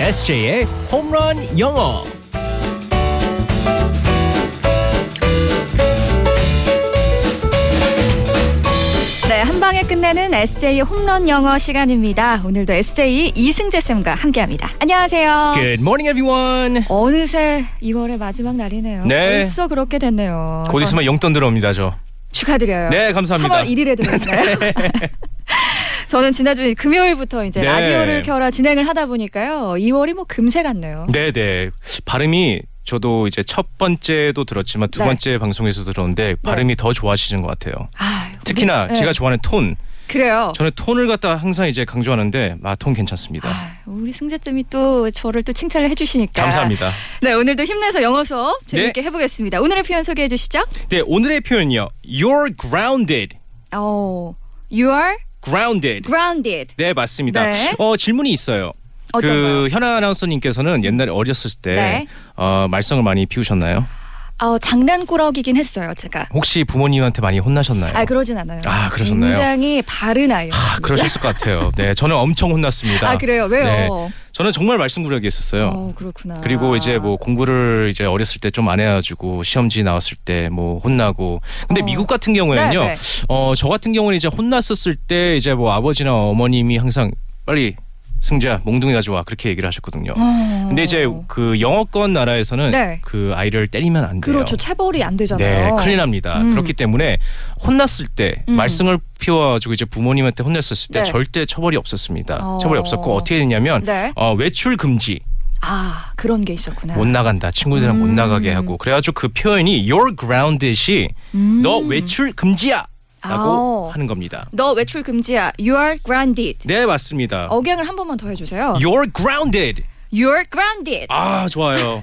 SJ의 홈런 영어. 네, 한 방에 끝내는 SJ 홈런 영어 시간입니다. 오늘도 SJ 이승재 쌤과 함께합니다. 안녕하세요. Good morning, everyone. 어느새 2월의 마지막 날이네요. 네. 벌써 그렇게 됐네요. 곧 있으면 용돈 들어옵니다, 저. 전 축하드려요. 네, 감사합니다. 3월 1일에 들어오시나요? 저는 지난주 금요일부터 이제 네. 라디오를 켜라 진행을 하다 보니까요. 2월이 뭐 금세 갔네요. 네, 네. 발음이 저도 이제 첫 번째도 들었지만 두 네. 번째 방송에서 들었는데 발음이 더 좋아지는 것 같아요. 아유, 특히나 우리- 네. 어. 제가 좋아하는 톤. 그래요. 저는 톤을 갖다 항상 이제 강조하는데 아, 톤 괜찮습니다. 아, 우리 승재쌤이 또 저를 또 칭찬을 해주시니까 감사합니다. 네 오늘도 힘내서 영어 수업 재밌게 해보겠습니다. 오늘의 표현 소개해 주시죠. 네, 오늘의 표현이요. You're grounded. 어, you are Grounded. grounded. 네, 맞습니다. 네. 어, 질문이 있어요. 어떤가요? 그 현아 아나운서님께서는 옛날에 어렸을 때 네. 어, 말썽을 많이 피우셨나요? 어, 장난꾸러기긴 했어요, 제가. 혹시 부모님한테 많이 혼나셨나요? 아, 그러진 않아요. 아, 그러셨나요? 굉장히 바른 아이요. 아, 그러셨을 것 같아요. 네, 저는 엄청 혼났습니다. 아, 그래요? 왜요? 네. 저는 정말 말썽부력이 있었어요. 어, 그렇구나. 그리고 이제 뭐 공부를 이제 어렸을 때 좀 안 해가지고 시험지 나왔을 때 뭐 혼나고 근데 어. 미국 같은 경우에는요 네, 네. 어, 저 같은 경우는 이제 혼났었을 때 이제 뭐 아버지나 어머님이 항상 빨리 승자 몽둥이 가져와 그렇게 얘기를 하셨거든요. 어. 근데 이제 그 영어권 나라에서는 네. 그 아이를 때리면 안 돼요. 그렇죠. 체벌이 안 네, 되잖아요. 큰일 납니다. 음. 그렇기 때문에 혼났을 때 음. 말썽을 피워가지고 이제 부모님한테 혼냈었을 때 네. 절대 처벌이 없었습니다. 어. 처벌이 없었고 어떻게 됐냐면 네. 어, 외출 금지, 아, 그런 게 있었구나. 못 나간다, 친구들이랑 못 음. 나가게 하고 그래가지고 그 표현이 your grounded이 음. 너 외출 금지야라고 아오. 하는 겁니다. 너 외출 금지야. You are grounded. 네 맞습니다. 억양을 한 번만 더 해주세요. You're grounded. You are grounded. 아 좋아요.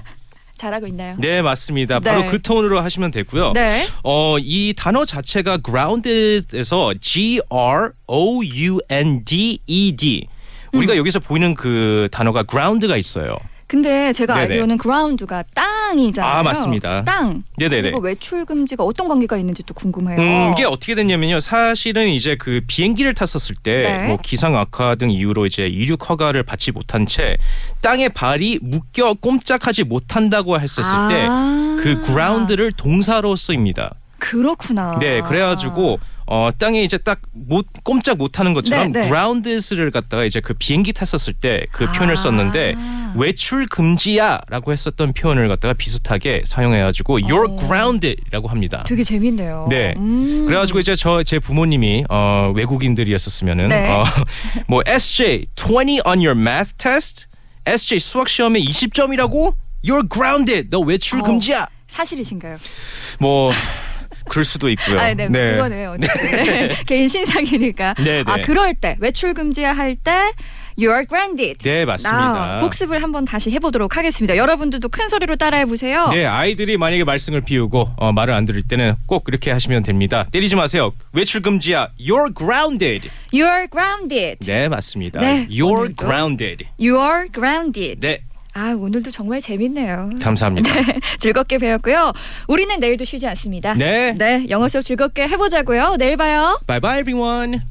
잘하고 있나요? 네 맞습니다. 바로 네. 그 톤으로 하시면 되고요. 네. 어, 이 단어 자체가 grounded에서 G R O U N D E D. 음. 우리가 여기서 보이는 그 단어가 ground가 있어요. 근데 제가 네네. 알기로는 ground가 땅이잖아요. 아, 맞습니다. 땅. 네네네. 그리고 외출 금지가 어떤 관계가 있는지 또 궁금해요. 음, 이게 어떻게 됐냐면요. 사실은 이제 그 비행기를 탔었을 때 네. 뭐 기상 악화 등 이유로 이제 이륙 허가를 받지 못한 채 땅에 발이 묶여 꼼짝하지 못한다고 했었을 아. 때 그 ground를 동사로 쓰입니다. 그렇구나. 네, 그래가지고 어, 땅에 이제 딱 못 꼼짝 못하는 것처럼 네, 네. grounds를 갖다가 이제 그 비행기 탔었을 때 그 아. 표현을 썼는데 외출 금지야라고 했었던 표현을 갖다가 비슷하게 사용해가지고 you're 어. grounded라고 합니다. 되게 재밌네요. 네. 음. 그래가지고 이제 저 제 부모님이 어, 외국인들이었었으면은 네. 어, 뭐 SJ 20 on your math test, SJ 수학 시험에 20점이라고 you're grounded 너 외출 어. 금지야. 사실이신가요? 뭐 그럴 수도 있고요. 아, 네, 그거는 어쨌든 네. 개인 신상이니까. 네, 아, 네. 그럴 때 외출 금지야 할 때 you are grounded. 네, 맞습니다. 아, 복습을 한번 다시 해보도록 하겠습니다. 여러분들도 큰 소리로 따라해 보세요. 네, 아이들이 만약에 말씀을 비우고 어, 말을 안 들을 때는 꼭 그렇게 하시면 됩니다. 때리지 마세요. 외출 금지야. You're grounded. You are grounded. 네, 맞습니다. 네, You're 오늘도. grounded. You are grounded. 네, 아, 오늘도 정말 재밌네요. 감사합니다. 즐겁게 배웠고요. 우리는 내일도 쉬지 않습니다. 네. 네, 영어 수업 즐겁게 해보자고요. 내일 봐요. Bye bye everyone.